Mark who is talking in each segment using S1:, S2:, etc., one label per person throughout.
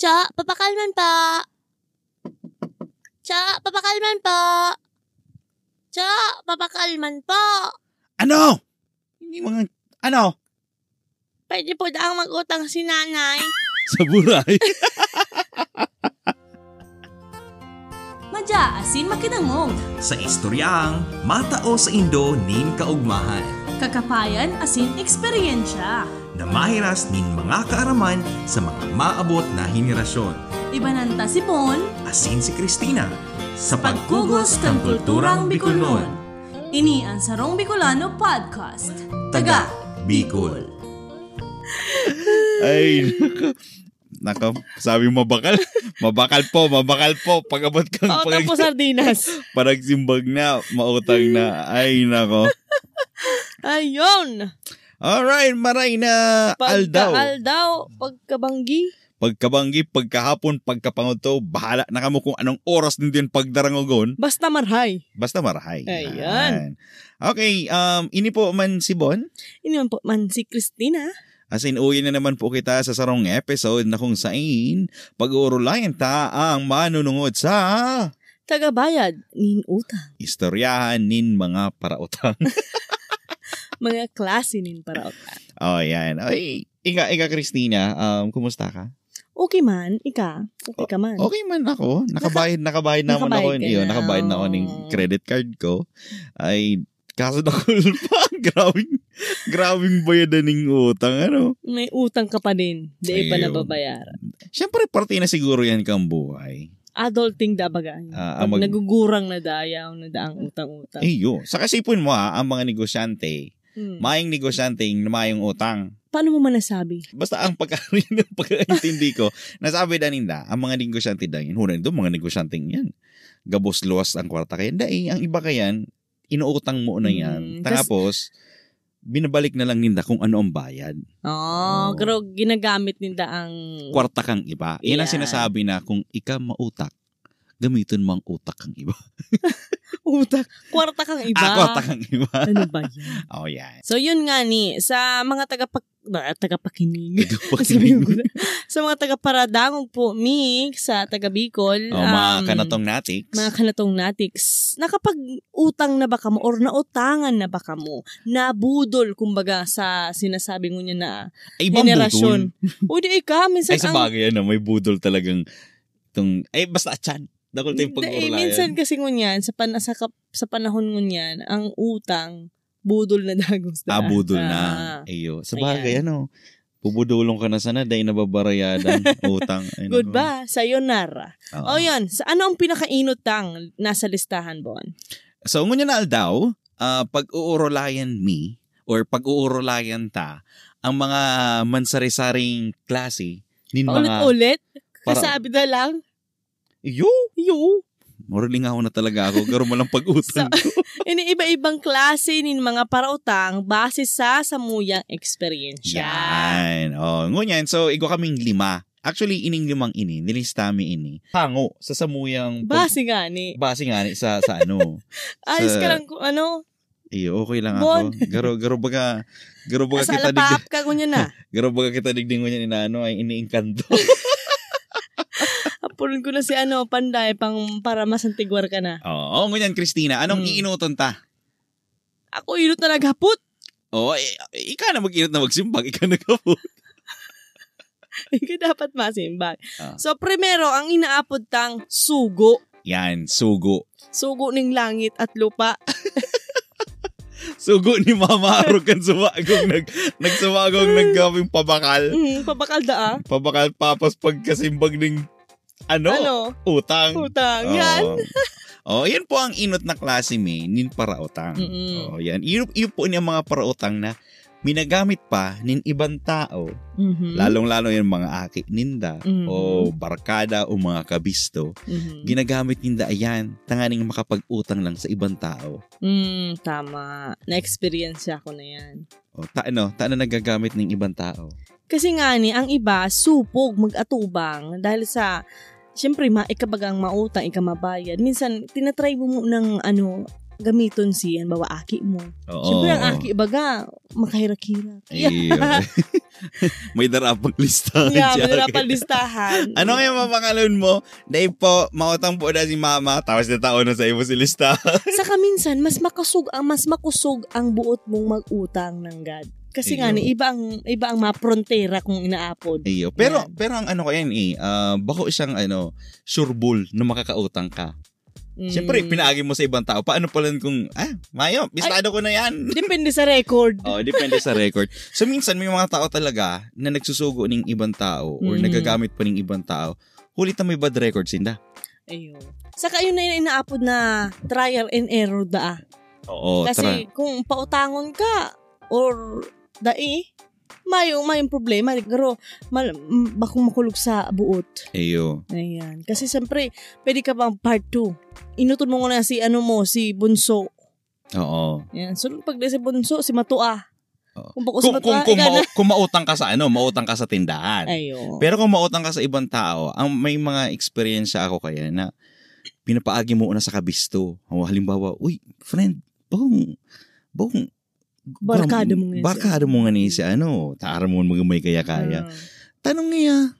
S1: Cha, papakalman pa. Cha, papakalman pa. Cha, papakalman pa.
S2: Ano? Hindi mga, ano?
S1: Pwede po daang mag-utang si nanay.
S2: Sa buray.
S3: Madya asin makinangong,
S4: Sa istoryang matao sa Indo nin kaugmahan.
S3: kakapayan asin eksperyensya.
S4: Namahiras nin mga kaaraman sa mga maabot na henerasyon.
S3: Ibananta si Pon,
S4: Asin si Christina sa
S3: pagkugos ng kulturang Bicolnon. Ini ang Sarong Bicolano Podcast.
S4: Taga Bicol.
S2: Ay, nako. Nako, sabi mo mabakal. Mabakal po, mabakal po. Pag-abot kang
S5: Pautang po sardinas.
S2: parang simbag na, mautang na. Ay, nako.
S5: Ayun.
S2: Alright, maray na aldaw.
S5: Pagkaaldaw, pagkabanggi.
S2: Pagkabanggi, pagkahapon, pagkapanguto, bahala na kamo kung anong oras din din pagdarangogon.
S5: Basta marhay.
S2: Basta marahay.
S5: Ayan.
S2: Okay, um, ini po man si Bon.
S5: Ini man po man si Christina.
S2: As in, uwi na naman po kita sa sarong episode na kung sain pag-uulayan ta ang manunungod sa
S5: Tagabayad, nin utang.
S2: istoryahan nin mga parautang.
S5: Mga klase nin para utang.
S2: oh, yan. Ay, ika, ika Christina, um, kumusta ka?
S5: Okay man, ika. Okay ka man.
S2: Okay man ako. Nakabayad, nakabayad naman ako.
S5: nakabayad ka na.
S2: Iyo,
S5: Oh.
S2: nakabayad na ako ng credit card ko. Ay, kaso na pa. grabing, grabing bayadan ng utang. Ano?
S5: May utang ka pa din. Di pa
S2: Ayun.
S5: nababayaran.
S2: Siyempre, parte na siguro yan kang buhay.
S5: Adulting da bagay. Pag
S2: Ah, ang mag-
S5: nagugurang na dayaw na daang utang-utang.
S2: Iyo. Sa kasipon mo ha, ang mga negosyante,
S5: Hmm.
S2: maing negosyante yung mayong utang.
S5: Paano mo man nasabi?
S2: Basta ang pagka ng pagkaintindi ko, nasabi na ninda, ang mga negosyante daw yun, hunan doon, mga negosyante yan. Gabos luwas ang kwarta kayan. Dahil, ang iba kayan, inuutang mo na
S5: Mm,
S2: yan.
S5: tas-
S2: Tapos, binabalik na lang ninda kung ano ang bayad.
S5: Oh,
S2: Oh.
S5: pero ginagamit ninda ang...
S2: Kwarta kang iba. Yan ang
S5: Yan.
S2: sinasabi na kung ika mautak, gamitin mo ang utak kang iba.
S5: Utak. Kwarta kang iba.
S2: Ah, kwarta kang iba.
S5: Ano ba yan?
S2: Oh, yan.
S5: So, yun nga ni, sa mga tagapak... na, tagapakinig. Sabi ko
S2: Pagpakinig.
S5: na. sa mga taga-paradangog po, Mick, sa taga-Bicol.
S2: Oh,
S5: um,
S2: mga kanatong natiks.
S5: mga kanatong natiks, nakapag-utang na ba ka mo or nautangan na ba ka mo? Nabudol, kumbaga, sa sinasabi mo niya na
S2: Ay, ibang budol.
S5: generasyon. O di ikaw, minsan
S2: Ay, sa
S5: ang...
S2: bagay, ano, may budol talagang itong, ay, basta atyan. Dakol tayong
S5: Hindi, eh,
S2: pag-urlayan.
S5: minsan kasi ngunyan, sa, pan, sa, kap- sa panahon ngunyan, ang utang, budol na dagos na.
S2: ah, budol
S5: Ah.
S2: na. Ayo. Sa bagay, ano, pubudulong ka na sana dahil nababarayadan utang. Ay, naku.
S5: Goodbye, sayonara.
S2: Oo.
S5: O yun, sa ano ang pinakainutang nasa listahan, Bon?
S2: So, ngunya na aldaw, ah, pag-uurolayan me or pag-uurolayan ta, ang mga mansari-saring klase, nin mga,
S5: Paulit-ulit?
S2: Para-
S5: Kasabi na lang?
S2: yo,
S5: Yo!
S2: moraling ako na talaga ako, garo mo lang pag-utang.
S5: Sa- Ini iba-ibang klase nin mga parautang base sa samuyang eksperyensya.
S2: Yan. Oh, ngunyan. So, igo kaming lima. Actually, ining limang ini, nilistami ini. Hango sa samuyang pag-
S5: Base nga ni.
S2: base nga ni sa sa ano.
S5: Ayos
S2: Sa-
S5: ka lang kung ano.
S2: Iyo, okay lang
S5: Bon.
S2: ako. Garo garo baga garo baga
S5: Sa
S2: kita dig
S5: alapaap ka kunya na.
S2: garo baga kita digding ngunyan ina ano ay iniingkanto.
S5: Apulon ko na si ano, panday, pang para masantigwar ka na.
S2: Oo, oh, ngunyan Christina, anong
S5: Hmm.
S2: iinuton ta?
S5: Ako inot na naghapot.
S2: Oh, eh, ika na mag-inot na magsimbang, ika na ka po.
S5: Hindi dapat masimbag.
S2: Ah.
S5: So, primero, ang inaapod tang sugo.
S2: Yan, sugo.
S5: Sugo ng langit at lupa.
S2: Sugo ni Mama Arukan sumagong nag nagsumagong nagkaming pabakal.
S5: Mm, pabakalda ah.
S2: Pabakal papas pagkasimbag ng ano?
S5: Ano?
S2: Utang.
S5: Utang. Yan.
S2: Oh, yan po ang inot na klase may nin parautang.
S5: Mm-mm.
S2: Oh, yan. Yun, yun po yung mga parautang na minagamit pa nin ibang tao,
S5: Mhm.
S2: lalong-lalo yung mga aki ninda
S5: Mhm.
S2: o barkada o mga kabisto,
S5: Mhm.
S2: ginagamit ninda ayan, tanganing makapag-utang lang sa ibang tao.
S5: Mm, tama. Na-experience ako na yan.
S2: O, ta ano, ta na nagagamit ng ibang tao.
S5: Kasi nga ni, ang iba, supog, mag-atubang. Dahil sa, syempre, ma, ikabagang mautang, ikamabayad. Minsan, tinatry mo ng ano, gamiton si, ano bawa, aki mo.
S2: Oo.
S5: Siyempre, ang
S2: oo.
S5: aki, baga, makahirap-hirap. Yeah.
S2: Ayun. may darapang listahan
S5: Yeah,
S2: siya.
S5: mahirap ang listahan.
S2: Ano kaya mapangalan mo? Dahil po, mautang po na si mama, tapos na taon na sa iyo si lista.
S5: Saka minsan, mas makusog ang mas makusog ang buot mong mag-utang ng God. Kasi nga,
S2: Ayun.
S5: ni, iba ang, iba ang maprontera kung inaapod.
S2: Iyo. Pero,
S5: Yan.
S2: pero ang ano ko yan eh, ah, bako isang ano, sure bull na makakautang ka.
S5: Mm.
S2: Siyempre, pinaagi mo sa ibang tao. Paano pala kung, ah, mayo, bistado ko na yan.
S5: Depende sa record.
S2: Oo, Oh, depende sa record. So, minsan may mga tao talaga na nagsusugo ng ibang tao or
S5: Mhm.
S2: nagagamit pa ng ibang tao. Huli na may bad records, hindi?
S5: Ayun. Saka yun na yung inaapod na trial and error da. ah.
S2: Oo, Oh, tara.
S5: Kasi kung pautangon ka or dai, mayo may problema. Pero mal, m- bakong makulog sa buot.
S2: Iyo.
S5: Ayan. Kasi siyempre, pwede ka bang part 2. Inutod mo na si ano mo, si Bunso.
S2: Oo.
S5: Ayan. So, pag di si Bunso, si Matua.
S2: Oo.
S5: Kung bako si
S2: Oh. Kung,
S5: Matua,
S2: kung, kung,
S5: ikaw na-
S2: mau- kung mautang ka sa ano, mautang ka sa tindahan.
S5: Ayun.
S2: Pero kung mautang ka sa ibang tao, ang may mga experience ako kaya na pinapaagi mo una sa kabisto. O, halimbawa, uy, friend, bong, bong,
S5: Barkada mo ngayon siya."
S2: Barkada mo nga niya si ano. Taara mo nga may
S5: Mm.
S2: kaya-kaya. Tanong niya,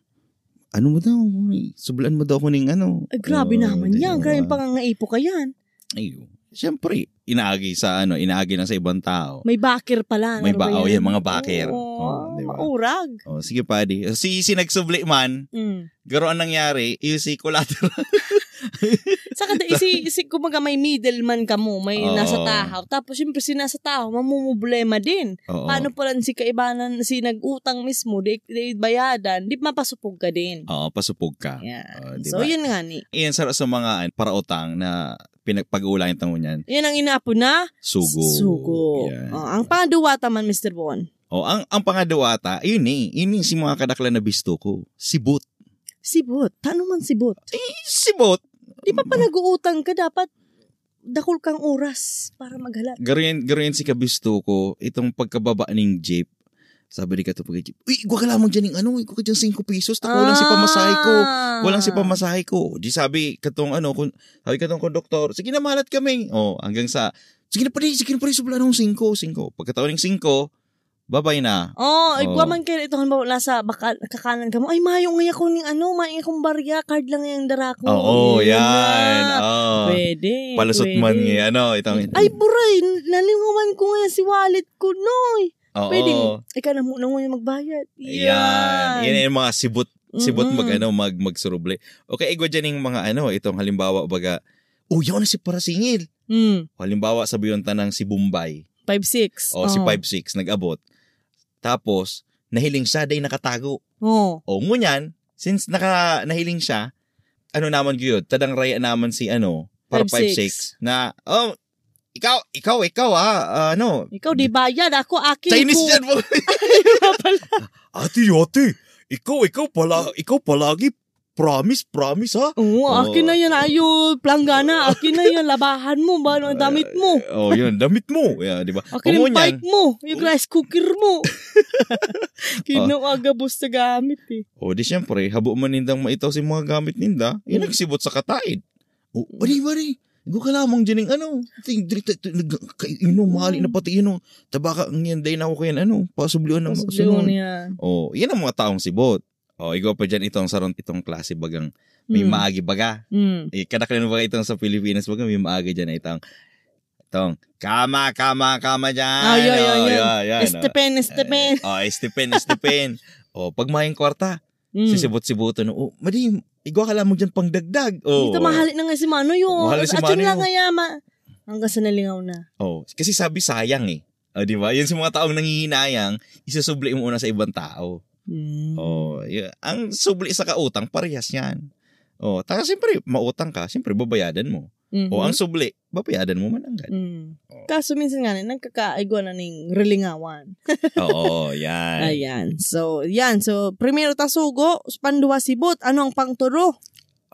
S2: ano mo daw? Sublan mo daw ko ng ano.
S5: Ay, grabe
S2: Oo,
S5: naman
S2: di-
S5: yan. Grabe
S2: mga-
S5: pangangaipo ka yan.
S2: Ayun. Siyempre, inaagi sa ano, inaagi na sa ibang tao.
S5: May bakir pala.
S2: May
S5: ano ba
S2: ba-
S5: yan?
S2: oh, yan, mga bakir.
S5: Oo,
S2: Oo, di ba?
S5: Maurag.
S2: O, Oh, sige padi. Si, si nagsubli man,
S5: Mm.
S2: garo ang nangyari, yung si collateral.
S5: Saka da, isi, isi, kumaga may middleman ka mo, may
S2: Oo.
S5: nasa tahaw. Tapos syempre si nasa tahaw, mamumblema din.
S2: Oo.
S5: Paano pala si kaibanan, si nag-utang mismo, di, di bayadan, di mapasupog ka din.
S2: Oo, pasupog ka. Oo,
S5: Yan.
S2: Ah, di
S5: so
S2: ba?
S5: yun nga ni.
S2: Iyan sa, sa mga an- parautang na pinagpag-uulayan tango niyan,
S5: Yan ang inapo na
S2: sugo.
S5: sugo.
S2: Yan.
S5: Oh, ang pangaduwa taman, Mr. Bon.
S2: O, ang, ang pangadawa ata, yun eh, yun yung si mga kadakla na bisto ko, sibot.
S5: Sibot. Tanong man sibot.
S2: Eh, sibot?
S5: Di
S2: ano
S5: ba pa nag-uutang ka, dapat dakul kang oras para maghala.
S2: Garo yan, garo yan si kabisto ko, itong pagkababa ng jeep, sabi ni Kato pag jeep, uy, guwag ka lamang dyan yung ano, guwag ka dyan 5 pesos, tako lang si pamasahe ko.
S5: Ah.
S2: Walang si pamasahe ko. Di sabi, katong ano, kun, sabi katong konduktor, sige na malat kami. O, hanggang sa, sige na pare, sige na pare, subla ng 5, 5. Pagkataon ng 5, babay na.
S5: Oh, ay
S2: Oo.
S5: oh. man kayo ito halimbawa nasa baka, kakanan ka mo. Ay, mayo nga ko ning ano, mayo kong barya, card lang yung dara ko.
S2: Oo,
S5: Yun
S2: yan.
S5: na.
S2: Oh.
S5: Pwede.
S2: Palusot
S5: pwede.
S2: man nga, ano, itong,
S5: Ay, buray, nalingawan ko nga si wallet ko, noy.
S2: oo.
S5: Pwede, ikaw na muna ngayon magbayad.
S2: Yan. Yan yung mga sibot, sibot
S5: Mm-mm.
S2: eh, mag, ano, mag, magsuruble. Okay, igwa dyan yung mga, ano, itong halimbawa, baga, oh, yun na si Parasingil.
S5: Mm,
S2: Halimbawa, sabi yung tanang si Bombay.
S5: 5-6.
S2: O, Oh, si 5'6", nag-abot. Tapos, nahiling siya, day nakatago.
S5: Oh.
S2: O ngunyan, since naka nahiling siya, ano naman ko yun, tadang raya naman si ano, para
S5: 5'6"
S2: 5'6", na, oh, ikaw, ikaw, ikaw ah, ah, ano,
S5: Ikaw di bayad, ako akin ko.
S2: Chinese dyan mo. ate, ate, ikaw, ikaw pala, ikaw palagi, promise, promise ha.
S5: Oo,
S2: Oo.
S5: akin na yan. Ayo, planggana. Akin na yan. Labahan mo. Ba, ang damit mo.
S2: Oh, yun, damit mo. Yeah, di ba?
S5: Akin
S2: O
S5: yung
S2: ngunyan,
S5: bike mo. Yung rice cooker mo. Kinuagabos sa gamit eh.
S2: O di syempre, habo man nindang maitaw si mga gamit ninda, yun nagsibot sa kataid. Hmm. O, bari, bari. Go ka lamang dyan yung ano. Ting, drita, ino, mahali na pati ino. Tabaka, ang yan, day na ako kayan, ano, pasubliwan ng
S5: Pasubliwan eh.
S2: sunod.
S5: niya.
S2: O, yan ang mga taong sibot. O, igaw pa dyan itong sarong itong klase bagang may
S5: Mm.
S2: maagi baga.
S5: Mm.
S2: Eh, kadaklan baga itong sa Pilipinas baga may maagi dyan ay itong itong kama, kama, kama dyan.
S5: Ah, yun, yun,
S2: O,
S5: yun.
S2: yun, o.
S5: Estepen, estepen.
S2: Eh, O, estepen, estepen. O, pag mayang kwarta,
S5: Mm.
S2: sisibot-siboto no. Oh, madim, igwa ka lamang dyan pangdagdag. Oh.
S5: Ito mahali na nga si Mano yun.
S2: Mahali si
S5: At yun
S2: Manoy,
S5: lang
S2: oh.
S5: nga yama. Hanggang sa nalingaw na.
S2: Oh, kasi sabi sayang eh. Oh, di ba? Yan sa mga taong nangihinayang, isusubli mo una sa ibang tao.
S5: Mm.
S2: Oh, yeah. ang subli sa kautang, parehas yan. Oh, taka siyempre, mautang ka, siyempre babayadan mo.
S5: Mhm.
S2: O Oh, ang subli, babayadan mo man agad.
S5: Mm. Kaso minsan nga, nagkakaigwa na ning relingawan.
S2: Oo, yan.
S5: Ayan. So, yan. So, primero tasugo, panduwa sibot. Ano ang pangturo?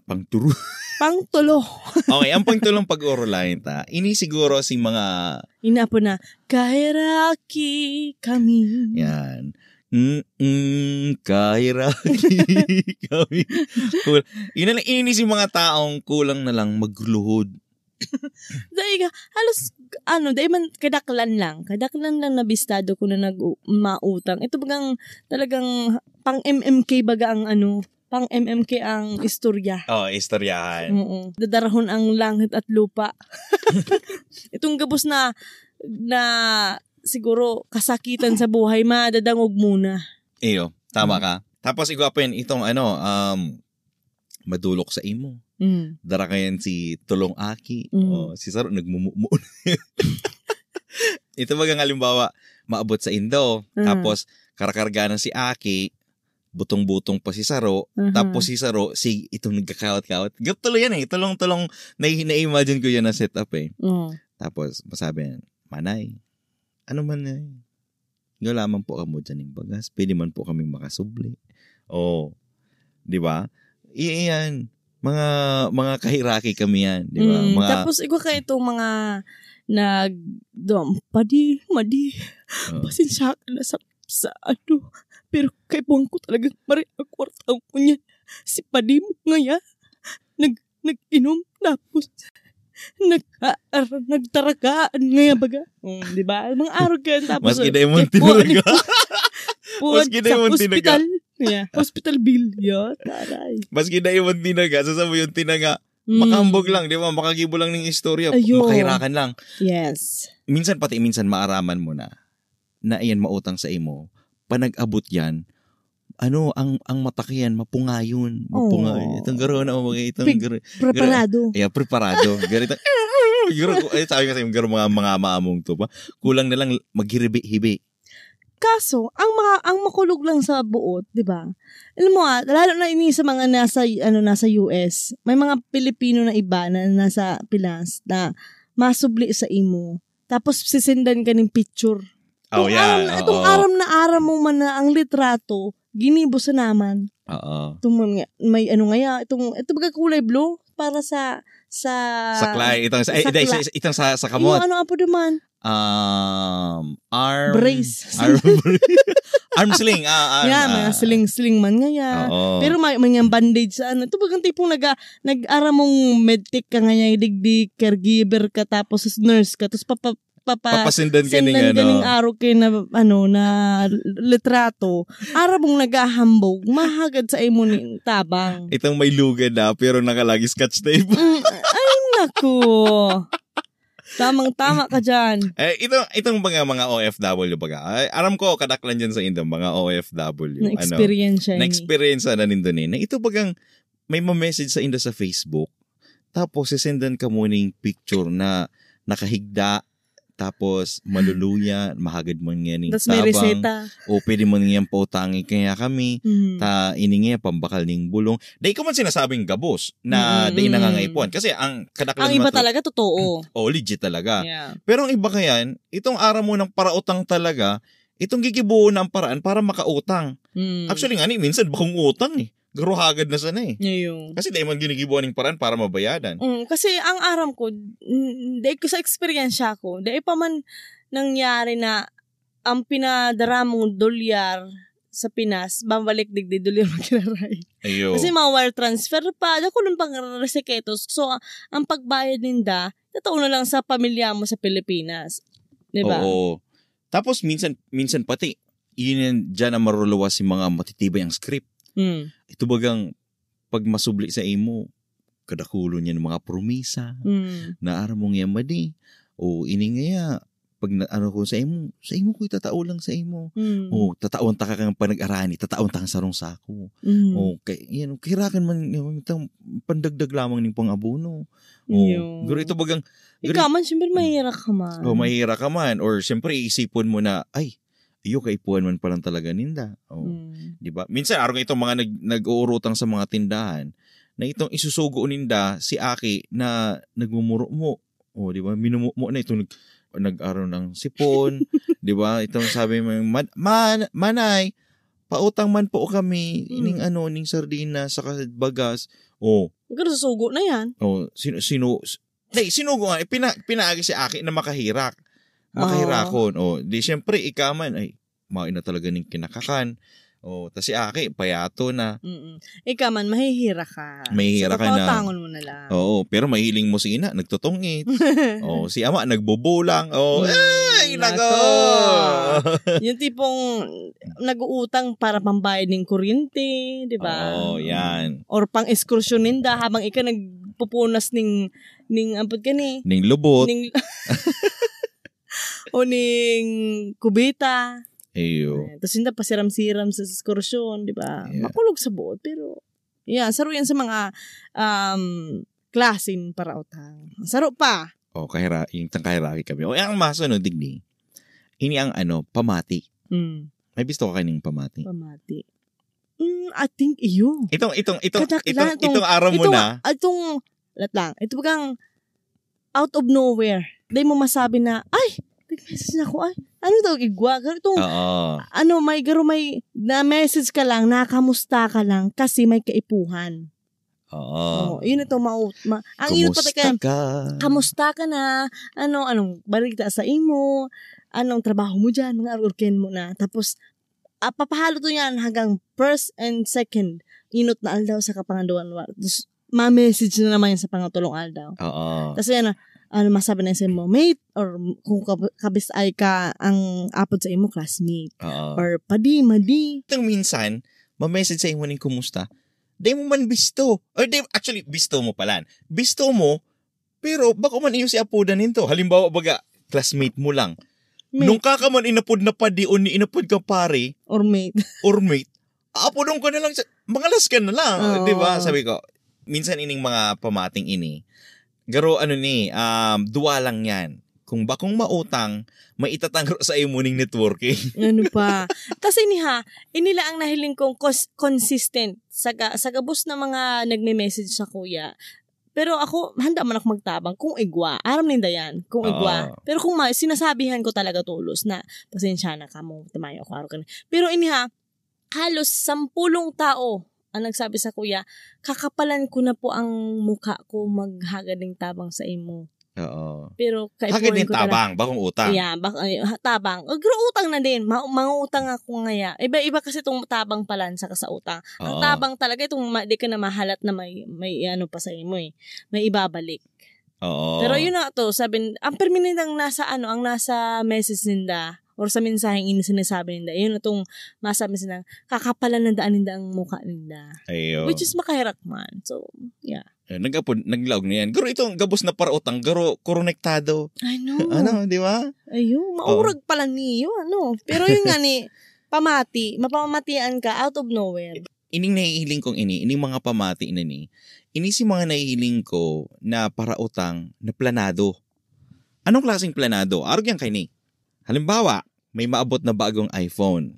S2: Pangturo.
S5: Pangtulo.
S2: okay, ang pangtulong pag-urulayan ta, ini siguro si mga,
S5: Inapo na, kairaki kami.
S2: yan, Mm-mm, kahiraki kami. Kul- Yun na lang, inis yung mga taong kulang na lang magluhod
S5: Dahil nga, halos, ano, dahil man, kadaklan lang. Kadaklan lang nabistado ko na nag-mautang. Ito bagang, talagang, pang MMK baga ang ano, pang MMK ang istorya.
S2: Oh, istoryahan.
S5: Oo. Dadarahon ang langit at lupa. Itong gabos na, na, siguro, kasakitan sa buhay, madadangog muna.
S2: Iyo, tama ka. Tapos igwapin itong ano, um, madulok sa imo.
S5: Mm.
S2: Dara kayan si Tulong Aki.
S5: Mm.
S2: O, si Saro, nagmumumu. Ito bagang halimbawa, maabot sa Indo.
S5: Mm.
S2: Tapos, karakarga na si Aki, butong-butong pa si Saro.
S5: Aha.
S2: Tapos si Saro, si itong nagkakawat-kawat. Gap tuloy yan eh. Tulong-tulong, na- na-imagine ko yan na setup eh.
S5: Oo.
S2: Tapos, masabi niya, Manay, ano man na Nga lamang po kamo dyan ng bagas. Pwede man po kami makasubli. Oo. Di ba? Iyan. Mga mga kahiraki kami yan. Di ba?
S5: Mm,
S2: Mga,
S5: Tapos, igwa kayo itong mga nag dom padi madi
S2: Oo.
S5: pasensya ka na sa, sa ano pero kay buwan ko talaga mari ang kwartang ko niya si padi mo ngaya nag nag-inom tapos nag ar, nagtarakaan ngaya baga mm, di ba mga araw ka tapos eh,
S2: mas kinay
S5: kay
S2: mo
S5: buwan
S2: tinuloy ka.
S5: puwan
S2: Mas kinay
S5: sa
S2: mong tinaga.
S5: hospital yeah, hospital bill yeah taray
S2: Mas kinay mo tinaga. Sasabi yung tinaga. Makambog lang. Di ba? Makagibo lang ng istorya.
S5: Mm. Ayun.
S2: Makahirakan lang.
S5: yes
S2: Minsan pati minsan maaraman mo na na iyan mautang sa imo. Panag-abot yan, ano, ang ang matak yan, mapungayon. Mapungay.
S5: Oh.
S2: Itong garo na mga itong
S5: Pig-
S2: garo.
S5: preparado
S2: Yeah, preparado. Ganito. Garo ko. Eh, sabi kasi yung garo mga mga maamong to pa. Kulang na lang maghiribi-hibi.
S5: Kaso, ang mga, ang makulog lang sa buot, 'di ba? Alam mo ah, lalo na ini sa mga nasa ano nasa US, may mga Pilipino na iba na nasa Pilas na masubli sa imo. Tapos sisendan ka ng picture.
S2: Oh,
S5: Kung
S2: yeah.
S5: aram na, itong aram na aram mo man na ang litrato, ginibo sa naman.
S2: Oo.
S5: Itong mga- may ano nga itong ito baga kulay blue para sa sa
S2: Saklay. Itong, sa, eh,
S5: sakla.
S2: isa- isa- itong sa, sa
S5: Ah, Yung
S2: kamot.
S5: ano apo duman?
S2: Um, arm.
S5: Brace.
S2: Arm, arm sling. Ah, arm,
S5: yeah, mga
S2: ah.
S5: sling-sling man nga yan.
S2: Oo.
S5: Pero may may ngang bandage sa ano. Ito bagang tipong nag nag-ara mong medtech ka ngayon, digdig, caregiver ka, tapos nurse ka, tapos papa, papa,
S2: Papasindan ka ng
S5: sendan
S2: ano.
S5: ka ng araw kayo na, ano, na litrato. Ara mong nagahambog, mahagad sa imo ni tabang.
S2: Itong may lugad na pero nakalagi scotch tape.
S5: Mm, ay, naku. Tamang-tama ka dyan.
S2: Eh, ito, itong mga mga OFW baga. Ay, aram ko, kadaklan dyan sa Indo, mga OFW. ano,
S5: Na-experience siya. ni.
S2: na-experience na nandun eh. Na ito bagang may ma-message sa inda sa Facebook, tapos sisendan ka muna yung picture na nakahigda, tapos maluluya, mahagad man
S5: eh.
S2: yan yung
S5: Tapos may
S2: tabang,
S5: reseta.
S2: o pwede man yan pautangi kaya kami,
S5: Mm.
S2: ta iningya pambakal ning bulong. Dahil ko man sinasabing gabos
S5: Mm,
S2: na dahil
S5: mm.
S2: nangangaipon. Kasi ang kadaklan
S5: Ang iba
S2: man to-
S5: talaga, totoo.
S2: Oh, legit talaga.
S5: Yeah.
S2: Pero ang iba kayan, itong araw mo ng parautang talaga, itong gigibuo na ang paraan para makautang.
S5: Mm.
S2: Actually nga ni, minsan bakong utang eh. Garo hagad na sana eh.
S5: Ngayon.
S2: Kasi dahil man ginigibuan ng paraan para mabayadan.
S5: Mm, kasi ang aram ko, mm, dahil ko sa eksperyensya ko, dahil pa man nangyari na ang pinadaramong dolyar sa Pinas, bambalik digdi dolyar magkiraray.
S2: Ayo.
S5: Kasi mga wire transfer pa, ako nun pang resiketos. So, a- ang pagbayad ninda, nataon na lang sa pamilya mo sa Pilipinas. Di ba?
S2: Oo. Tapos minsan, minsan pati, yun yan, dyan ang maruluwas si mga matitibay ang script.
S5: Mm.
S2: Ito bagang pag masubli sa imo, kadakulo niya ng mga promisa,
S5: Mm.
S2: na araw mong yamadi, o iningaya, pag na, ano ko sa imo, sa imo ko itatao lang sa imo.
S5: Mm.
S2: Oh, tataon ta ka kang panag-arani, tataon ta kang sarong sako.
S5: Mm.
S2: Oh, kay yan kirakan man yun, itang pandagdag lamang ning pangabono. Oh,
S5: Yun.
S2: guro ito bagang guro-
S5: Ikaw man, syempre
S2: Mm.
S5: mahirap ka man.
S2: oh, mahira ka man or syempre isipon mo na ay iyo kaipuan man pa lang talaga ninda. Oh,
S5: Mm.
S2: di ba? Minsan araw itong mga nag nag-uurutang sa mga tindahan na itong isusugo ninda si Aki na nagmumuro mo. Oh, di ba? Minumumo na itong nag nag-araw ng sipon, 'di ba? Itong sabi mo, yung, man, man, manay, pautang man po kami
S5: Mm.
S2: ning ano ning sardina sa bagas. Oh,
S5: Pero susugo na yan.
S2: oh, sino sino Day, sinugo nga, eh, pina, pinaagi si Aki na makahirak. Makahirakon. Oh, di syempre ikaman ay maina talaga ning kinakakan. Oh, tas si Aki, payato na.
S5: Mm-mm. Mm, Ikaw man, mahihira ka.
S2: Mahihira ka na.
S5: Tangon mo na lang.
S2: Oo, pero mahiling mo si ina, nagtutungit. Oo, si ama, nagbobolang. Oo,
S5: Mm,
S2: ay, nako!
S5: nako. yung tipong nag-uutang para pambayad ng kuryente, di ba?
S2: Oo, Oh, yan.
S5: Or pang ekskursyoninda habang ikaw nagpupunas ning ning ampot ka ni.
S2: Ning lubot.
S5: Ning o ning kubita.
S2: Ayo.
S5: Tapos hindi pasiram-siram sa ekskursyon, di ba?
S2: Yeah.
S5: Makulog sa buot, pero yan, saro yan sa mga um, klasin para utang. Saro pa.
S2: O, Oh, kahira, yung tang kahiraki kami. O, ang masunod, digni. Ini ang ano, pamati.
S5: Mm,
S2: May bisto ka kaning pamati.
S5: pamati. Mm, I think iyo.
S2: Itong, itong, itong,
S5: Kadakla,
S2: itong,
S5: itong-
S2: itong araw mo
S5: Ito,
S2: na.
S5: Itong, lat lang. Ito bagang out of nowhere. Di mo masabi na, ay, nag-message na ako, ay, ano daw, igwa, Ganun, itong,
S2: Oo.
S5: ano, may, garo may, na-message ka lang, nakamusta ka lang, kasi may kaipuhan. Oo,
S2: Oo.
S5: yun ito, ma, ma ang yun
S2: Kumusta
S5: pati ka,
S2: ka?
S5: kamusta ka na, ano, anong balita sa imo, anong trabaho mo dyan, mga urken mo na. Tapos, ah, papahalo to yan hanggang first and second inot na aldaw sa kapanganduan. Tapos, ma-message na naman yan sa pangatulong aldaw.
S2: Oo.
S5: Tapos yan, ano masabi na sa mo, mate, or kung kab- kabis ay ka ang apod sa imo, classmate,
S2: Oo.
S5: or padi, madi.
S2: Itong minsan, mamessage sa imo ning kumusta, di mo man bisto. Or di, actually, bisto mo pala. Bisto mo, pero bako man iyo si apudan nito. Halimbawa, baga, classmate mo lang.
S5: Mate,
S2: Nung kakaman inapod na pa di o ni inapod ka pare,
S5: or mate.
S2: or mate, aapodong ka na lang. sa- Mangalas ka na lang.
S5: Oo.
S2: Di ba? Sabi ko, minsan ining mga pamating ini, garo ano ni, um, duwa lang yan. Kung bakong mautang, maitatangro sa iyo muning networking.
S5: ano pa. Tapos ini ha, inila ang nahiling kong cons- consistent sa, ga- sa gabos na mga nagme-message sa kuya. Pero ako, handa man ako magtabang kung igwa. Aram ninda yan, kung igwa.
S2: Oo.
S5: Pero kung ma- sinasabihan ko talaga tulos na pasensya na ka mo, tamayo ako araw ka na. Pero ini ha, halos sampulong tao ang nagsabi sa kuya, kakapalan ko na po ang mukha ko maghagad ng tabang sa imo.
S2: Oo.
S5: Pero
S2: Hagad
S5: kaipuhin
S2: yung
S5: ko talaga.
S2: tabang, bakong utang.
S5: Yeah, bak- ay, ha- tabang. O, pero utang na din. Ma- mga utang ako ngaya. Iba-iba kasi itong tabang pala sa sa utang. Ang
S2: Oo.
S5: tabang talaga itong ma- di ka na mahalat na may, may ano pa sa mo eh. May ibabalik.
S2: Oo.
S5: Pero yun na to, sabi, ang permanent ang nasa ano, ang nasa message ninda or sa mensaheng ini sinasabi ninda. Yun na itong masabi sinang kakapalan na daan ninda ang mukha ninda.
S2: Ayo.
S5: Which is makahirak man. So,
S2: Ayun, nagapod, naglaog na yan. Garo itong gabos na parautang, garo, konektado.
S5: I know.
S2: Ano, di ba?
S5: Ayun, maurag pala niyo, ano. Pero yun nga ni, pamati, mapamatian ka out of nowhere.
S2: Ining nahihiling kong ini, ining mga pamati na ni, ini si mga nahihiling ko na parautang na planado. Anong klaseng planado? Arog yan kay ni. Halimbawa, may maabot na bagong iPhone.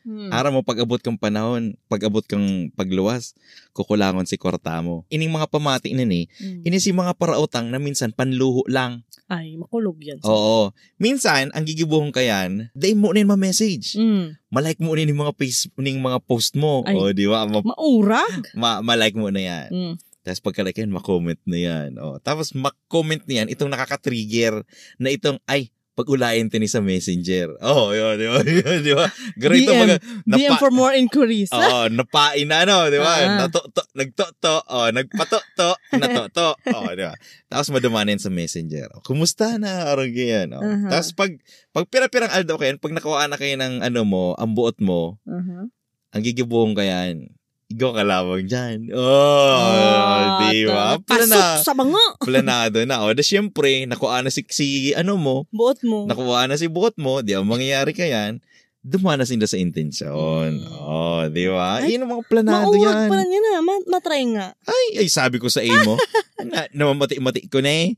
S5: Hmm.
S2: Araw mo pag-abot kang panahon, pag-abot kang pagluwas, kukulangon si kwarta mo. Ining mga pamati na ni,
S5: Hmm.
S2: ini si mga parautang na minsan panluho lang.
S5: Ay, makulog yan.
S2: Oo. Minsan, ang gigibuhong ka yan, dahil mo unin ma-message.
S5: Mm.
S2: Malike mo unin yung mga, face, yung mga post mo.
S5: Ay.
S2: O, di ba? Ma,
S5: Maurag.
S2: ma- malike mo na yan.
S5: Mm.
S2: Tapos pagka-like yan, makomment na yan. O, tapos makomment na yan, itong nakaka-trigger na itong, ay, pag-ulayan to ni sa messenger. Oo, oh, yun, di ba? Yun, di ba? Ganun itong
S5: DM.
S2: mga...
S5: DM for more inquiries.
S2: Oo, napain na ano, di ba?
S5: Ah.
S2: Nato-to, nagto-to, oh, nagpato-to, nato-to, oh, di ba? Tapos madumanin sa messenger. Oh, Kumusta na, arang ganyan. Oh.
S5: Aha.
S2: Tapos pag, pag pira-pirang aldaw kayo, pag nakuha na kayo ng ano mo, ang buot mo,
S5: Uh-huh.
S2: ang gigibuhong ka yan, ikaw ka lamang dyan. Oh,
S5: Ah,
S2: diba? di ba? Plana,
S5: Pasok sa mga.
S2: planado na. O, oh, siyempre, nakuha na si, si ano mo,
S5: Buot mo.
S2: nakuha na si buot mo, di ang mangyayari ka yan, dumanas nila sa intensyon. Oh, di
S5: Mm.
S2: ba?
S5: Ay,
S2: Yun ang mga planado
S5: Maurag
S2: yan.
S5: pala niya na. ah. Ma- matry nga.
S2: Ay, ay, sabi ko sa imo, na, namamati-mati ko na eh.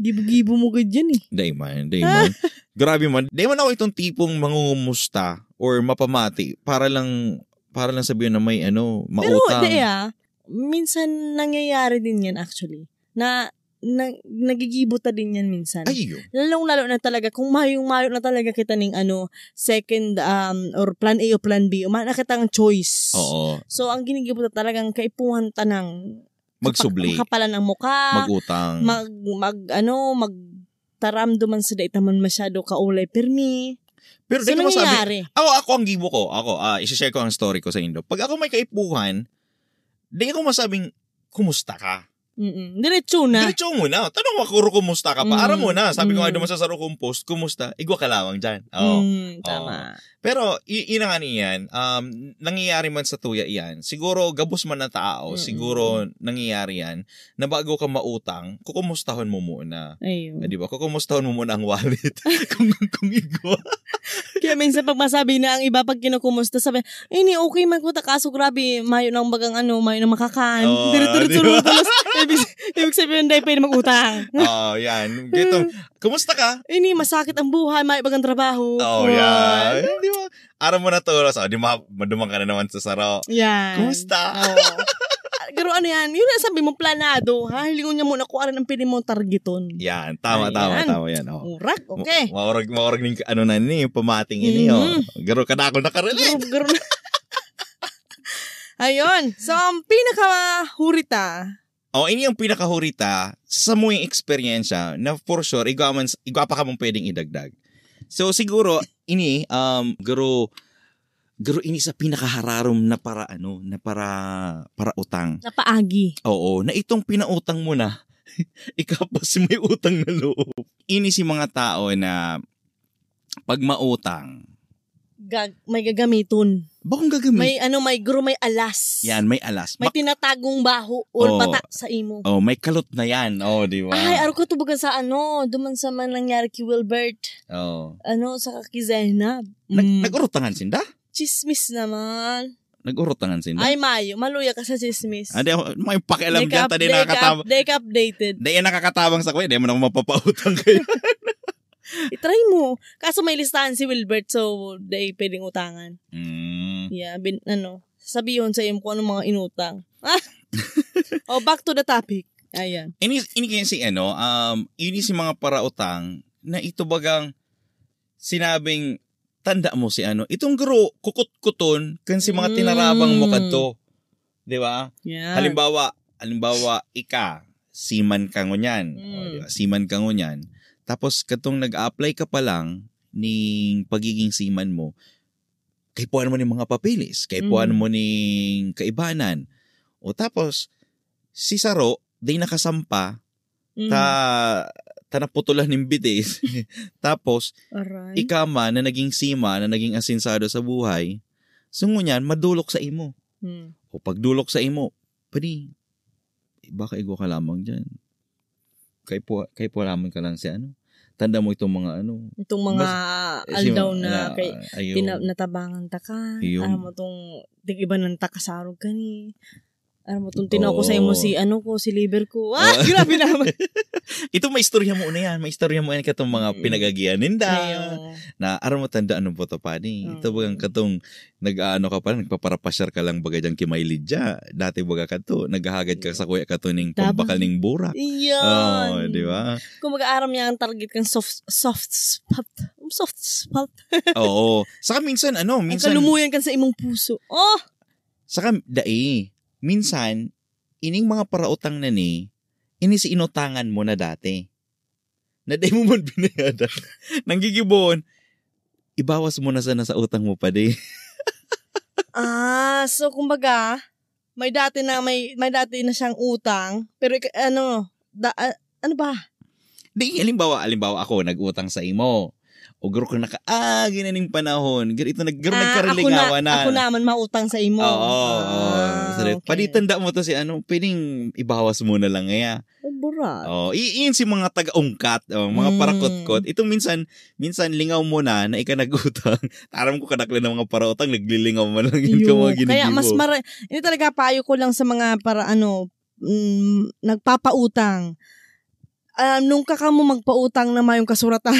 S5: Gibo-gibo mo ka dyan eh.
S2: Day man, day man. Grabe man. Day man ako itong tipong mangungumusta or mapamati para lang para lang sabihin na may ano,
S5: Pero
S2: mautang.
S5: di ah, minsan nangyayari din yan actually. Na, na nagigibuta din yan minsan.
S2: ay, yun.
S5: lalong-lalo na talaga, kung mayong-mayo na talaga kita ning ano, second, um, or plan A o plan B, o nakita ang choice.
S2: Oo.
S5: So, ang ginigibuta talagang kaipuhan tanang
S2: Magsubli.
S5: kapalan ng mukha,
S2: Magutang.
S5: mag, mag, ano, mag taramduman sa daitaman masyado kaulay permi.
S2: Pero
S1: So,
S2: dito masabi,
S1: nangyayari?
S2: ako, ako ang gibo ko. Ako, ah isi-share ko ang story ko sa Indo. Pag ako may kaipuhan, di ako masabing, kumusta ka?
S5: Mm-mm. Diretso na.
S2: Diretso muna. Tanong mo, kuro, kumusta ka pa?
S5: Mm.
S2: Aram mo na. Sabi ko nga
S5: Mm.
S2: naman sa saro kong post, kumusta? Igwa ka lamang dyan. Oo.
S5: Mm, tama.
S2: Pero, y- yun ang ano yan. Um, nangyayari man sa tuya yan. Siguro, gabos man na tao.
S5: Mm-mm.
S2: Siguro, nangyayari yan. Na bago ka mautang, kukumustahan mo muna.
S5: Ayun.
S2: Ah, Di ba? Kukumustahan mo muna ang wallet. kung, kung igwa.
S5: Kaya minsan pag masabi na ang iba pag kinukumusta, sabi, eh ni okay man ko ta, kaso grabe, mayo ng bagang ano, mayo ng makakan.
S2: Oo,
S5: Diretso-diretso
S2: Oh, di ba?
S5: tulos. Ibig, ibig sabihin, hindi pwede mag-utang.
S2: Oo, Oh, yan. Gito, kumusta ka?
S5: Eh ni, masakit ang buhay, mayo bagang trabaho.
S2: Oo, yan. Oh, Di ba? Araw mo na tulos. Oh, di ma- madumang ka na naman sa saro.
S5: Yan.
S2: Kumusta?
S5: Oo. Pero ano yan, yun ang sabi mo, planado, ha? Hilingon niya muna kung ano ang pili mong targeton.
S2: Yan. Tama, tama,
S5: Ayan.
S2: tama yan. Oh.
S5: Urak, okay.
S2: Ma- Maorag, maorag ning ano na ni, yung pamating ini, oh. Garo ka na ako nakarelate.
S5: Garo, garo na. Ayun. So, ang pinakahurita.
S2: Oh, ini yung pinakahurita sa mo yung experience na for sure, igwa, man, igwa pa ka mong pwedeng idagdag. So, siguro, ini, um, garo, garo ini sa pinakahararom na para, ano, na para, para utang.
S5: Napaagi.
S2: Oo, na itong pinautang mo na, ikapas may utang na loob. Ini si mga tao na pag mautang,
S5: Gag, may gagamiton.
S2: bakong gagamit?
S5: May ano, may gro, may alas.
S2: Hmm. yan, may alas.
S5: May
S2: May,
S5: tinatagong baho o
S2: Oo.
S5: bata sa imo.
S2: oh, may kalot na yan. Oh, di ba?
S5: Ay, araw ko tubugan sa ano, duman sa man nangyari kay Wilbert.
S2: oh.
S5: Ano, sa kay Zainab.
S2: Nag,
S5: Mm.
S2: Nag-urutangan sinda?
S5: Chismis naman.
S2: Nag-urutangan sinda?
S5: Ay, Mayo, maluya ka sa chismis.
S2: Ade, may pakialam
S5: Deka-
S2: dyan, tadi
S5: deka-
S2: nakakatabang.
S5: deka updated.
S2: Di yan nakakatabang sa kuya, di mo na ako mapapautang kayo.
S5: I-try mo. Kaso may listahan si Wilbert, so day pwedeng utangan.
S2: mm.
S5: Yeah, bin, ano, sabihin sa iyo kung anong mga inutang. Ah! oh, back to the topic. Ayan.
S2: Ini, ini kaya si ano, um, ini si mga parautang na ito bagang sinabing tanda mo si ano, itong guro, kukut-kuton kan si mga
S5: Mm.
S2: tinarabang mo kadto. Di ba?
S5: Yan.
S2: Halimbawa, halimbawa, ika, siman ka ngunyan. O,
S5: Mm.
S2: di ba? Siman ka ngunyan. Tapos, katong nag-apply ka pa lang ning pagiging siman mo, kaipuan mo ni mga papilis, kaipuan
S5: Mm.
S2: mo ning kaibanan. O tapos, si Saro, di nakasampa,
S5: Mm.
S2: ta ta naputulan ng bitis. Tapos,
S5: Aray.
S2: ikama na naging sima, na naging asinsado sa buhay, sungunyan, madulok sa imo.
S5: Mm.
S2: O pagdulok sa imo, pwede, eh, baka igwa ka lamang dyan. Kay po, kay po lamang ka lang si ano. Tanda mo itong mga ano.
S5: Itong mga
S2: eh, si-
S5: aldaw na, kay,
S2: ayaw.
S5: tina- natabangan ta ka.
S2: Yung-
S5: Alam mo tong dig iba ng takasarog ka ni. Alam mo tong tinaw ko sa imo
S2: Oo.
S5: si ano ko, si liver ko. Ah,
S2: Oo.
S5: grabe naman.
S2: Ito may istorya mo una yan. May istorya mo yan katong mga
S5: Mm.
S2: pinagagian ninda.
S5: Ayun.
S2: na aram mo tanda ano po to pa ni.
S5: Mm.
S2: Ito bagang katong nag-ano ka pa, nagpaparapasyar ka lang bagay dyan kimailid dya. Dati baga ka to, naghahagad ka sa kuya ka to ning
S5: Tama.
S2: pambakal ning burak.
S5: Iyan.
S2: Oh, di ba?
S5: Kung mag-aaram niya ang target kang soft, soft spot. Soft spot.
S2: Oo. Saka minsan ano,
S5: Ang
S2: minsan,
S5: kalumuyan kan sa imong puso. Oh!
S2: saka dai, minsan, ining mga parautang na ni, ini si inutangan mo na dati. Na di mo man binayada. Nanggigibon, ibawas mo na sana sa utang mo pa di.
S5: Ah, so kumbaga, may dati na may may dati na siyang utang, pero ik- ano, da, ah, ano ba?
S2: Di, alimbawa, alimbawa ako, nag-utang sa imo. O garo ko naka, ah, ginaning panahon. Garo ito, nag, garo
S5: Ah, ako na,
S2: nagkarilingawan na.
S5: ako naman mautang sa imo.
S2: Oo, oo.
S5: Ah,
S2: Sabi,
S5: okay.
S2: Paditanda mo to si ano, pwedeng ibawas mo na lang kaya.
S5: Ay, burat.
S2: Oo, i- iyon si mga taga-ungkat, oh, mga
S5: Mm.
S2: parakotkot. Itong minsan, minsan lingaw mo na na ikanagutang. Taram ko kadakla ng mga parautang, naglilingaw mo lang yun ka
S5: Yun.
S2: mga
S5: Kaya mas
S2: ginigibo.
S5: mara, hindi talaga payo ko lang sa mga para ano, mm, nagpapautang. Um, nung ka ka mo magpautang na mayong kasuratan.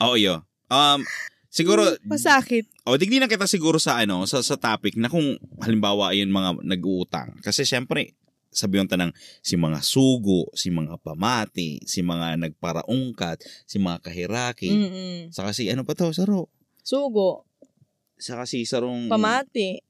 S2: Oo, yo. Um, siguro,
S5: Masakit.
S2: O, Oh, tignan na kita siguro sa ano, sa, sa topic na kung halimbawa ayun mga nag-uutang. Kasi syempre, sabi yung tanang, si mga sugo, si mga pamati, si mga nagparaungkat, si mga kahiraki.
S5: Mm-mm.
S2: Saka si ano pa to, saro?
S5: Sugo,
S2: Saka si sarong...
S5: pamati,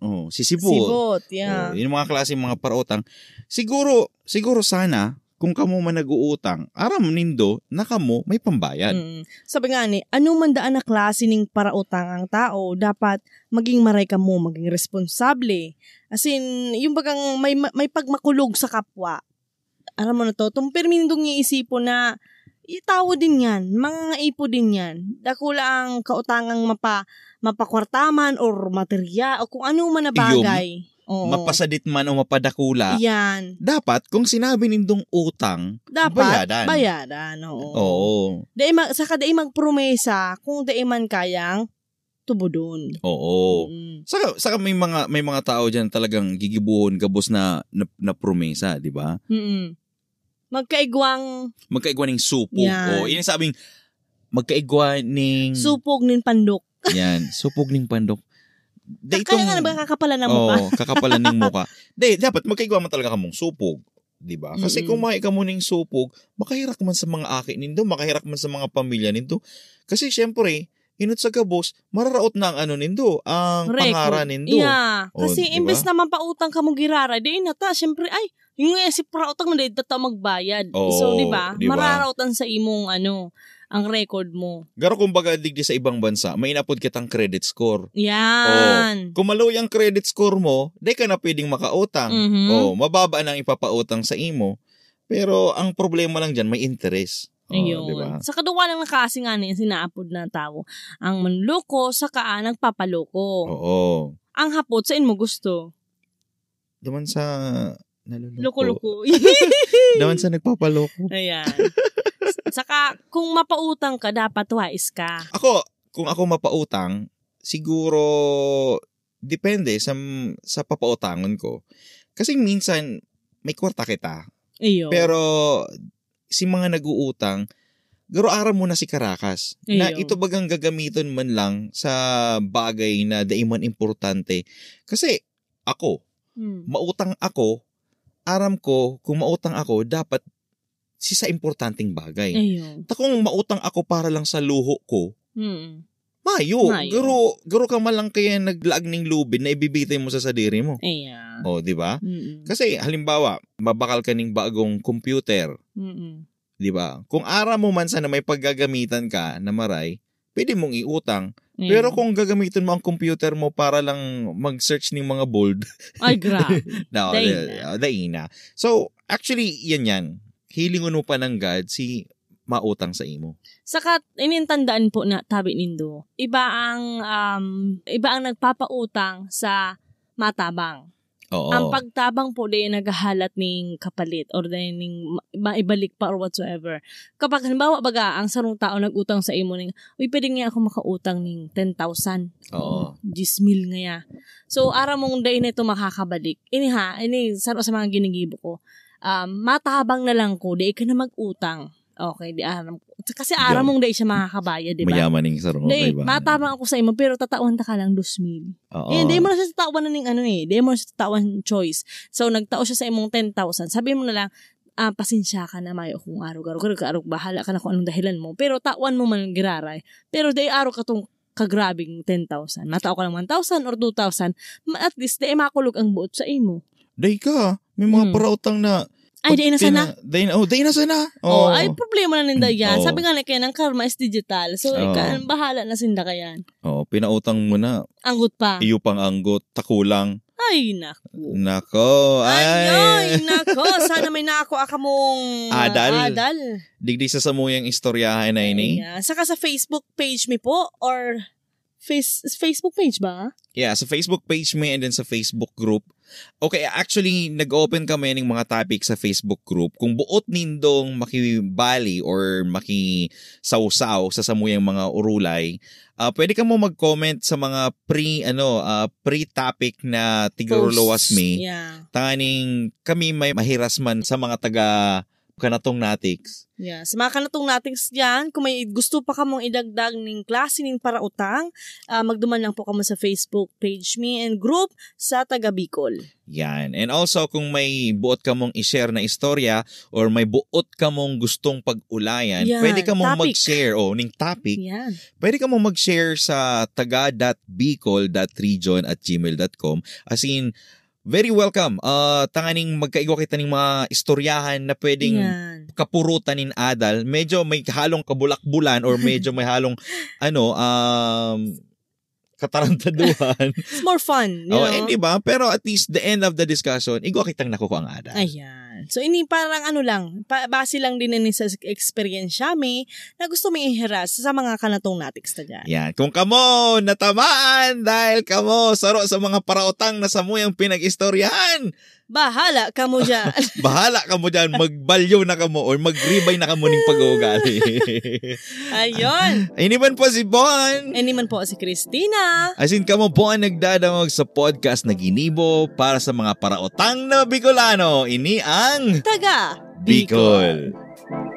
S2: Oh, si
S5: Mm.
S2: sibo.
S5: sibot,
S2: Oh,
S5: yeah.
S2: yun yung mga klase mga parautang. Siguro, siguro sana, kung kamo man nag-uutang, aram nindo na kamo may pambayad.
S5: Mm. Sabi nga ni, ano man daan na klase ning parautang ang tao, dapat maging maray ka mo, maging responsable. As in, yung bagang may, may pagmakulog sa kapwa. Alam mo na to, tumpirmindong iisipo na itawo din yan, mga ipo din yan. Dakula ang kautangang mapa, mapakwartaman or materya o kung ano man na bagay. Oo.
S2: Mapasadit man o mapadakula,
S5: Yan.
S2: dapat kung sinabi nindong utang,
S5: Dapat, bayadan.
S2: Bayadan.
S5: bayadan oo.
S2: oo,
S5: Dai mag, saka dai magpromesa kung dai man kayang tubudon.
S2: oo.
S5: Mm.
S2: Saka, saka may mga may mga tao diyan talagang gigibuhon gabos na na, na promesa, 'di ba?
S5: Mm-mm. Magkaigwang
S2: Magkaigwa ng supog.
S5: Yan.
S2: O, yun ang sabing magkaigwa ng
S5: supog nin pandok.
S2: yan, supog ng pandok. Da
S5: Kaya nga na ba kakapala na mukha?
S2: Oo, kakapalan ng muka. Di, dapat magkaigwa man talaga kamong supog. 'di ba? Kasi
S5: Mm-mm.
S2: kung makain ka muna ng supog, makahirak man sa mga akin nindo, makahirak man sa mga pamilya nindo. Kasi syempre, inut sa gabos, mararaot na ang ano nindo, ang
S5: Record.
S2: pangara nindo.
S5: Yeah.
S2: Oh,
S5: Kasi
S2: diba?
S5: imbes naman pautang ka mong girara, di na ta. Siyempre, ay, yung nga si prautang na dito ta magbayad.
S2: Oo,
S5: so, di ba?
S2: diba?
S5: Mararautan sa imong ano, ang record mo.
S2: Garo kumbaga digdi sa ibang bansa, may inapod kitang credit score.
S5: Yan.
S2: Kung maloy ang credit score mo, di ka na pwedeng makautang.
S5: Mhm.
S2: Oh, mababa na ang ipapautang sa imo. Pero ang problema lang diyan, may interest. Oh,
S5: Ayun.
S2: di ba?
S5: Sa kaduwa lang nakasi nga na yung sinaapod na tao. Ang manloko, saka ang nagpapaloko.
S2: Oo.
S5: Ang hapot, saan mo gusto?
S2: Duman sa naluloko.
S5: Loko-loko.
S2: Daman sa nagpapaloko.
S5: Ayan. saka, kung mapautang ka, dapat wais ka.
S2: Ako, kung ako mapautang, siguro depende sa sa papautangon ko. Kasi minsan may kwarta kita.
S5: Ayun.
S2: Pero si mga nag-uutang, garo araw muna si Caracas na
S5: Ayaw.
S2: ito bagang gagamiton man lang sa bagay na daiman importante. Kasi ako,
S5: Hmm.
S2: mautang ako, aram ko, kung mautang ako, dapat si sa importanteng bagay.
S5: Ayun.
S2: Ta kung mautang ako para lang sa luho ko,
S5: Hmm.
S2: mayo.
S5: Mayo.
S2: Garo, garo ka man lang kaya naglaag ng lubid na ibibitay mo sa sadiri mo.
S5: Ayan. Hmm.
S2: O, di ba?
S5: Mm-mm.
S2: Kasi halimbawa, mabakal ka ng bagong computer,
S5: Mm-mm.
S2: 'di ba? Kung ara mo man sana may paggagamitan ka na maray, pwede mong iutang.
S5: Ayun.
S2: Pero kung gagamitin mo ang computer mo para lang mag-search ng mga bold,
S5: Ay, grabe.
S2: na eh,
S5: Daina.
S2: daina. So, actually, yan yan. Hilingon mo pa ng God si mautang sa imo.
S5: Saka, inintandaan po na tabi nindo, iba ang, um, iba ang nagpapautang sa matabang.
S2: Oo.
S5: Ang pagtabang po di naghahalat ning kapalit or di ning ma- maibalik pa or whatsoever. Kapag halimbawa baga, ang sarong tao nagutang sa imo ning, uy, pwede nga ako makautang ning 10,000.
S2: Oo.
S5: 10 mil nga ya. So, ara mong day na ito makakabalik. Ini ha, ini sa, sa mga ginigibo ko. Um, matabang na lang ko, di ka na mag-utang. Okay, di aram ko. Kasi ara
S2: Yum.
S5: mong day siya makakabayad, di ba?
S2: Mayaman ng sarong
S5: Day,
S2: diba?
S5: matabang ako sa imo, pero tatawan ta ka lang 2 mil.
S2: Oo.
S5: Eh, di mo na siya tatawan na ng ano eh. Di mo na siya tatawan choice. So, nagtao siya sa imong 10,000. Sabi mo na lang, ah, pasensya ka na mayo kung arog-arog, arog-arog, bahala ka na kung anong dahilan mo. Pero tawan mo man ang giraray. Pero di araw ka tong kagrabing 10,000. Matao ka lang 1,000 or 2,000. ma- At least, di makulog ang buot sa imo.
S2: Day ka, may mga
S5: Mm.
S2: parautang na
S5: Ay, di na sana.
S2: Day na, oh, day na sana.
S5: Oh,
S2: Oo.
S5: ay problema na ninda yan.
S2: Oo.
S5: Sabi nga na kaya ng karma is digital. So,
S2: Oo.
S5: ikaw, bahala na sinda ka yan.
S2: Oo, pinautang mo na.
S5: Anggot pa.
S2: Iyo pang anggot, takulang.
S5: Ay, naku.
S2: Nako, ay.
S5: Ay, nako. Sana may nako akamong
S2: Adal.
S5: adal.
S2: Digdi sa samuyang istoryahan na ini.
S5: Ayan. Saka sa Facebook page mi po or face, Facebook page ba?
S2: Yeah, sa Facebook page may and then sa Facebook group. Okay, actually, nag-open kami ng mga topic sa Facebook group. Kung buot nindong makibali or makisawsaw sa samuyang mga urulay, ah pwede ka mo mag-comment sa mga pre, ano, ah, pre-topic na tigurulawas
S5: Posts.
S2: mi.
S5: Yeah.
S2: Tanganing kami may mahirasman sa mga taga kanatong natiks.
S5: Yeah. Sa mga kanatong nating yan, kung may gusto pa kamong idagdag ning klase ning para utang, ah, magduman lang po kamo sa Facebook page me and group sa taga Bicol.
S2: Yan. And also, kung may buot ka mong i-share na istorya or may buot ka mong gustong pag-ulayan,
S5: Yan,
S2: pwede ka mong
S5: topic.
S2: mag-share o ning topic,
S5: Yan.
S2: pwede ka mong mag-share sa taga.bicol.region at gmail.com. As in, Very welcome. Ah, tanganing magkaigwa kita ng mga istoryahan na pwedeng
S5: Yan.
S2: kapurutan in adal, medyo may halong kabulak-bulan or medyo may halong ano um katarantaduhan.
S5: It's more fun. You
S2: oh,
S5: know?
S2: and di ba? Pero at least the end of the discussion, igwa kitang nakuha ang adal.
S5: Ayan. So, ini parang ano lang, pa- base lang din ini sa experience siya may na gusto may ihiras sa mga kanatong natik sa dyan.
S2: Yan. Kung kamo natamaan dahil kamo saro sa mga paraotang na samuyang pinag-istoryahan,
S5: Bahala ka mo dyan.
S2: bahala kamo dyan, magbalyo na kamo or magribay na kamo ng pag-uugali.
S5: Ayun.
S2: Iniban po si Bon!
S5: Any man po si Christina.
S2: As in, kamo po ang nagdadamag sa podcast na ginibo para sa mga paraotang na Bicolano. Ini ang
S5: Taga.
S2: Bicol.